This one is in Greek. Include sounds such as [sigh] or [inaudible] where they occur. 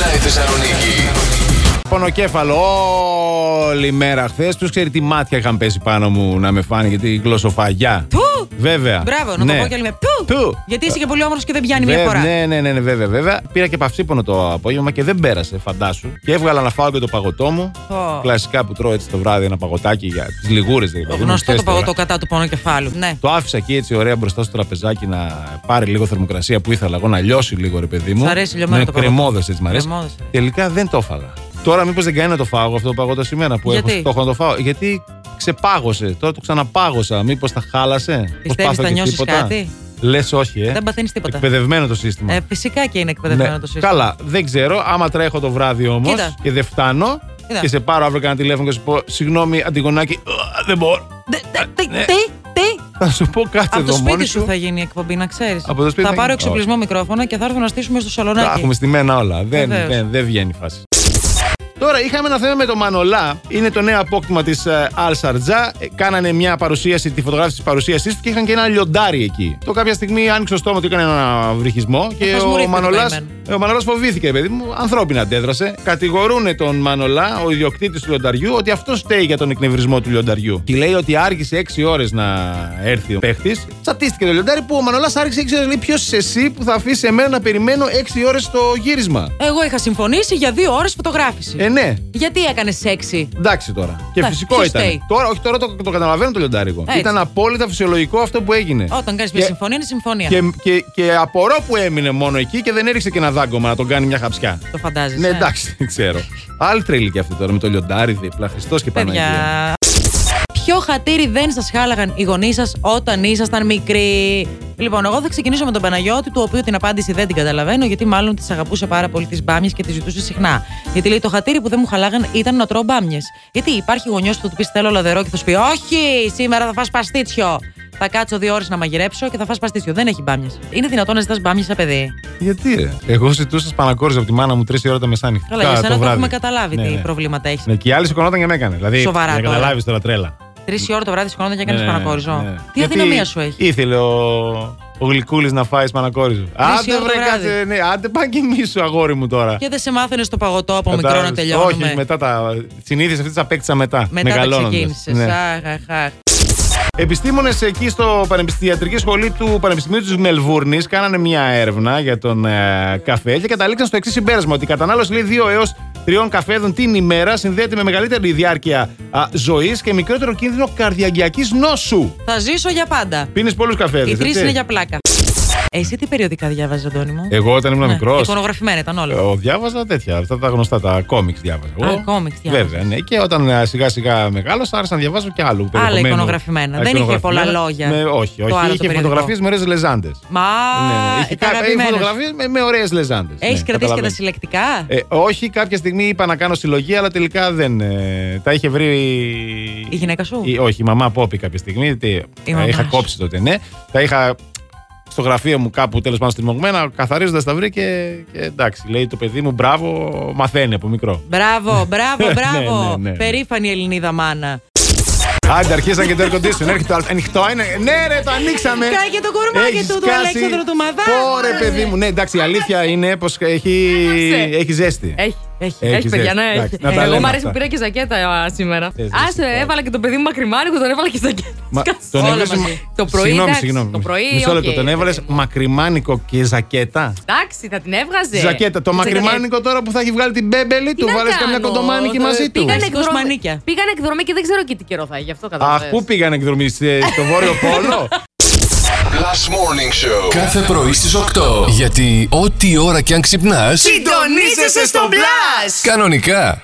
Θεσσαλονίκη. Πονοκέφαλο όλη μέρα χθες. Ποιος ξέρει τι μάτια είχαν πέσει πάνω μου να με φάνηκε τη γλωσσοφαγιά. Του! Βέβαια. Ναι. Μπράβο, να το πω κι άλλη μια. Του! Του! Γιατί είσαι και πολύ όμορφος και δεν πιάνει Βέ- μια φορά. Ναι, ναι, ναι, ναι, βέβαια, βέβαια. Πήρα και παυσίπονο το απόγευμα και δεν πέρασε, φαντάσου. Και έβγαλα να φάω και το παγωτό μου. Ω. Κλασικά που τρώω έτσι το βράδυ ένα παγωτάκι για τις λιγούρες. Δηλαδή, Το είναι γνωστό το χθες τώρα. παγωτό κατά του πόνο κεφάλου. Ναι. Το άφησα εκεί έτσι ωραία μπροστά στο τραπεζάκι να πάρει λίγο θερμοκρασία που ήθελα εγώ να λιώσει λίγο ρε παιδί μου. Σ' αρέσει λιωμένο Ναι, το παγωτό. κρεμόδες έτσι μ' αρέσει. Κρεμόδες, ε. Τελικά δεν το έφαγα. Τώρα μήπως δεν κάνει να το φάω αυτό το παγωτό σήμερα που Γιατί? έχω στόχο να το φάω. Γιατί ξεπάγωσε, τώρα το ξαναπάγωσα. Μήπως τα χάλασε. Πώς Πιστεύεις πάθω θα και νιώσεις τίποτα. κάτι? Λες όχι, ε. Δεν παθαίνεις τίποτα. Εκπαιδευμένο το σύστημα. Ε, φυσικά και είναι εκπαιδευμένο Ναι. το σύστημα. Καλά, δεν ξέρω. Άμα τρέχω το βράδυ όμως Κοίτα. και δεν φτάνω Κοίτα. και σε πάρω αύριο κανένα τηλέφωνο και σου πω Συγγνώμη, Αντιγονάκη, ε, δεν μπορώ. Δε- δε- Τι, Ναι. τι, τι. Θα σου πω κάτσε Από εδώ το σπίτι μόνη σου θα γίνει η εκπομπή, να ξέρεις. Από το σπίτι Θα θα πάρω γίνει. εξοπλισμό μικρόφωνα και θα έρθω να στήσουμε στο Τα σαλονάκι. έχουμε στη μένα όλα. Δεν, Βεβαίως. δεν, δεν βγαίνει η φάση. Τώρα είχαμε ένα θέμα με το Μανολά. Είναι το νέο απόκτημα της Αλ Σαρτζά. Ε, Κάνανε μια παρουσίαση, τη φωτογράφηση της παρουσίασής του και είχαν και ένα λιοντάρι εκεί. Το κάποια στιγμή άνοιξε το στόμα του, έκανε ένα βρυχισμό και Αυτός μου ο ρίχνει το Μανολά καημένο. ο Μανολάς φοβήθηκε, παιδί μου. Ανθρώπινα αντέδρασε. Κατηγορούν τον Μανολά, ο ιδιοκτήτης του λιονταριού, ότι αυτό φταίει για τον εκνευρισμό του λιονταριού. Και λέει ότι άργησε 6 ώρες να έρθει ο παίχτης. Τσατίστηκε το λιοντάρι που ο Μανολάς άργησε 6 ώρες. Λέει ποιος εσύ που θα αφήσει εμένα να περιμένω 6 ώρε το γύρισμα. Εγώ είχα συμφωνήσει για δύο ώρες φωτογράφηση. Ε, ναι. Γιατί έκανε σεξι. Εντάξει τώρα. Και Εντάξει, φυσικό ποιος ήταν. φταίει? Τώρα, όχι τώρα το, το καταλαβαίνω το λιοντάρι εγώ. Έτσι. Ήταν απόλυτα φυσιολογικό αυτό που έγινε. Όταν κάνεις μια Και- συμφωνία, είναι συμφωνία. Ε. Και, και, και απορώ που έμεινε μόνο εκεί και δεν έριξε και ένα δάγκωμα να τον κάνει μια χαψιά. Το φαντάζεσαι. Ναι, ε? εντάξει, δεν ξέρω. Άλλη τρέλη και αυτή τώρα με το λιοντάρι δίπλα. Χριστός και Παναγία. Παιδιά. Ποιο χατήρι δεν σας χάλαγαν οι γονείς σας όταν ήσασταν μικροί. Λοιπόν, εγώ θα ξεκινήσω με τον Παναγιώτη, του οποίου την απάντηση δεν την καταλαβαίνω, γιατί μάλλον τι αγαπούσε πάρα πολύ τις μπάμιες και τις ζητούσε συχνά. Γιατί λέει: Το χατήρι που δεν μου χαλάγαν ήταν να τρώω μπάμιε. Γιατί υπάρχει γονιός που θα του πεις: Θέλω λαδερό και θα σου πει: Όχι, σήμερα θα φας παστίτσιο. Θα κάτσω δύο ώρες να μαγειρέψω και θα φας παστίτσιο. Δεν έχει μπάμιες. Είναι δυνατόν να ζητάς μπάμιες σε παιδί. Γιατί ρε. Εγώ ζητούσα σπανακόριζα από τη μάνα μου 3 ώρα τα μεσάνυχτα. Καλά, Κα- για σένα το, βράδυ. έχουμε καταλάβει Ναι, τι ναι. προβλήματα έχεις. Ναι, και η άλλη σηκωνόταν και με έκανε. Δηλαδή, Σοβαρά για να τώρα. καταλάβεις τώρα τρέλα. Τρεις η ώρα το βράδυ σκόνονται και έκανες Ναι, ναι, πανακόριζο. ναι. Τι Γιατί αδυναμία σου έχει. Ήθελε ο, ο Γλυκούλης να φάει σπανακόριζο. Άντε ώρα το βρε, βράδυ. κάτσε. Ναι, άντε πάνε και εμεί, αγόρι μου τώρα. Και δεν σε μάθαινες στο παγωτό από μικρό να Κατάλαβες. τελειώνουμε. Όχι, μετά τα. Συνήθειε αυτέ τι απέκτησα μετά. Μετά τα μεγαλώνοντας. ξεκίνησες. Ναι. Επιστήμονες εκεί στο πανεπι- στη ιατρική σχολή του Πανεπιστημίου της Μελβούρνης κάνανε μια έρευνα για τον ε, καφέ και καταλήξαν στο εξής συμπέρασμα: Ότι η κατανάλωση λέει 2 έω 3 καφέδων την ημέρα συνδέεται με μεγαλύτερη διάρκεια ζωής και μικρότερο κίνδυνο καρδιαγκιακή νόσου. Θα ζήσω για πάντα. Πίνεις πολλούς καφέδες. Οι τρει είναι για πλάκα. Ε, Εσύ τι περιοδικά διάβαζες, Αντώνη μου. Εγώ όταν Ε, ήμουν Ε, Ναι, μικρός. εικονογραφημένα ήταν όλα. Εγώ διάβαζα τέτοια, αυτά τα γνωστά, τα κόμιξ διάβαζα. Α, εγώ. κόμιξ διάβαζα. Βέβαια, ναι. Και όταν α, σιγά σιγά μεγάλωσα, άρχισα να διαβάζω και άλλου. περιεχομένου. εικονογραφημένα. Δεν είχε εικονογραφημένα. πολλά λόγια Με, όχι, το όχι. άλλο το είχε περιοδικό. φωτογραφίες με ωραίες λεζάντες. Μα. Ναι, είχε ε, τα κά- είχε αγαπημένα. φωτογραφίες με, Ναι, με ωραίες λεζάντες. Έχεις κρατήσει και τα συλλεκτικά. ε, όχι, κάποια στιγμή είπα να κάνω συλλογή, αλλά τελικά δεν. ε, τα είχε βρει. Η γυναίκα σου? Η- όχι, η μαμά Πόπη κάποια στιγμή. Τι, τα μαμάς είχα σου. κόψει τότε, ναι. Τα είχα στο γραφείο μου κάπου τέλος πάντων στριμωγμένα, καθαρίζοντα τα βρήκε και, και εντάξει. Λέει το παιδί μου, μπράβο, μαθαίνει από μικρό. Μπράβο, [laughs] μπράβο, Ναι, μπράβο. ναι, ναι. Περήφανη Ελληνίδα μάνα. Άντε, αρχίσαν και το air conditioning. Έρχεται το άλλο. Ανοιχτό είναι. Ναι, ρε, το ανοίξαμε. Κάει και το κορμάκι Έχεις του, του σκάσει. Αλέξανδρου του Μαδά. Ωρε, παιδί μου. Ναι, εντάξει, η αλήθεια είναι πως έχει... Άναψε. έχει ζέστη. Έχει. Έχει, Έχεις ζέστη. παιδιά, ναι, Εντάξει, έχει. να τα λέμε Εγώ μου αρέσει αυτά. που πήρα και ζακέτα α, σήμερα. Ε, ζέστη, Άσε, εντάξει. έβαλα και το παιδί μου μακριμάρικο, τον έβαλα και ζακέτα. Μα- Σκάσε. τον Όλα έβαλες μαζί. μα- Το πρωί, Συγγνώμη, εντάξει, συγγνώμη. Το πρωί, Μισό λεπτό. οκ, Τον το έβαλε παιδί μου. μακριμάνικο και ζακέτα. Εντάξει, θα την έβγαζε. Ζακέτα. Το Ναι. Τι μακριμάνικο τώρα που θα έχει βγάλει την μπέμπελη του, να βάλε κάνω, καμιά κοντομάνικη το- μαζί του. Πήγαν Πήγανε- εκδρομή- Κοσμανίκια. Πήγαν εκδρομή και δεν ξέρω και τι καιρό θα έχει, γι' αυτό Αχ, καταλαβαίνω. πού πήγαν εκδρομή, σε- ε, στο Βόρειο [laughs] Πόλο. Last Morning Show. Κάθε πρωί στις 8. Γιατί ό,τι ώρα κι αν ξυπνάς, Συντονίζεσαι στο μπλα! κανονικά.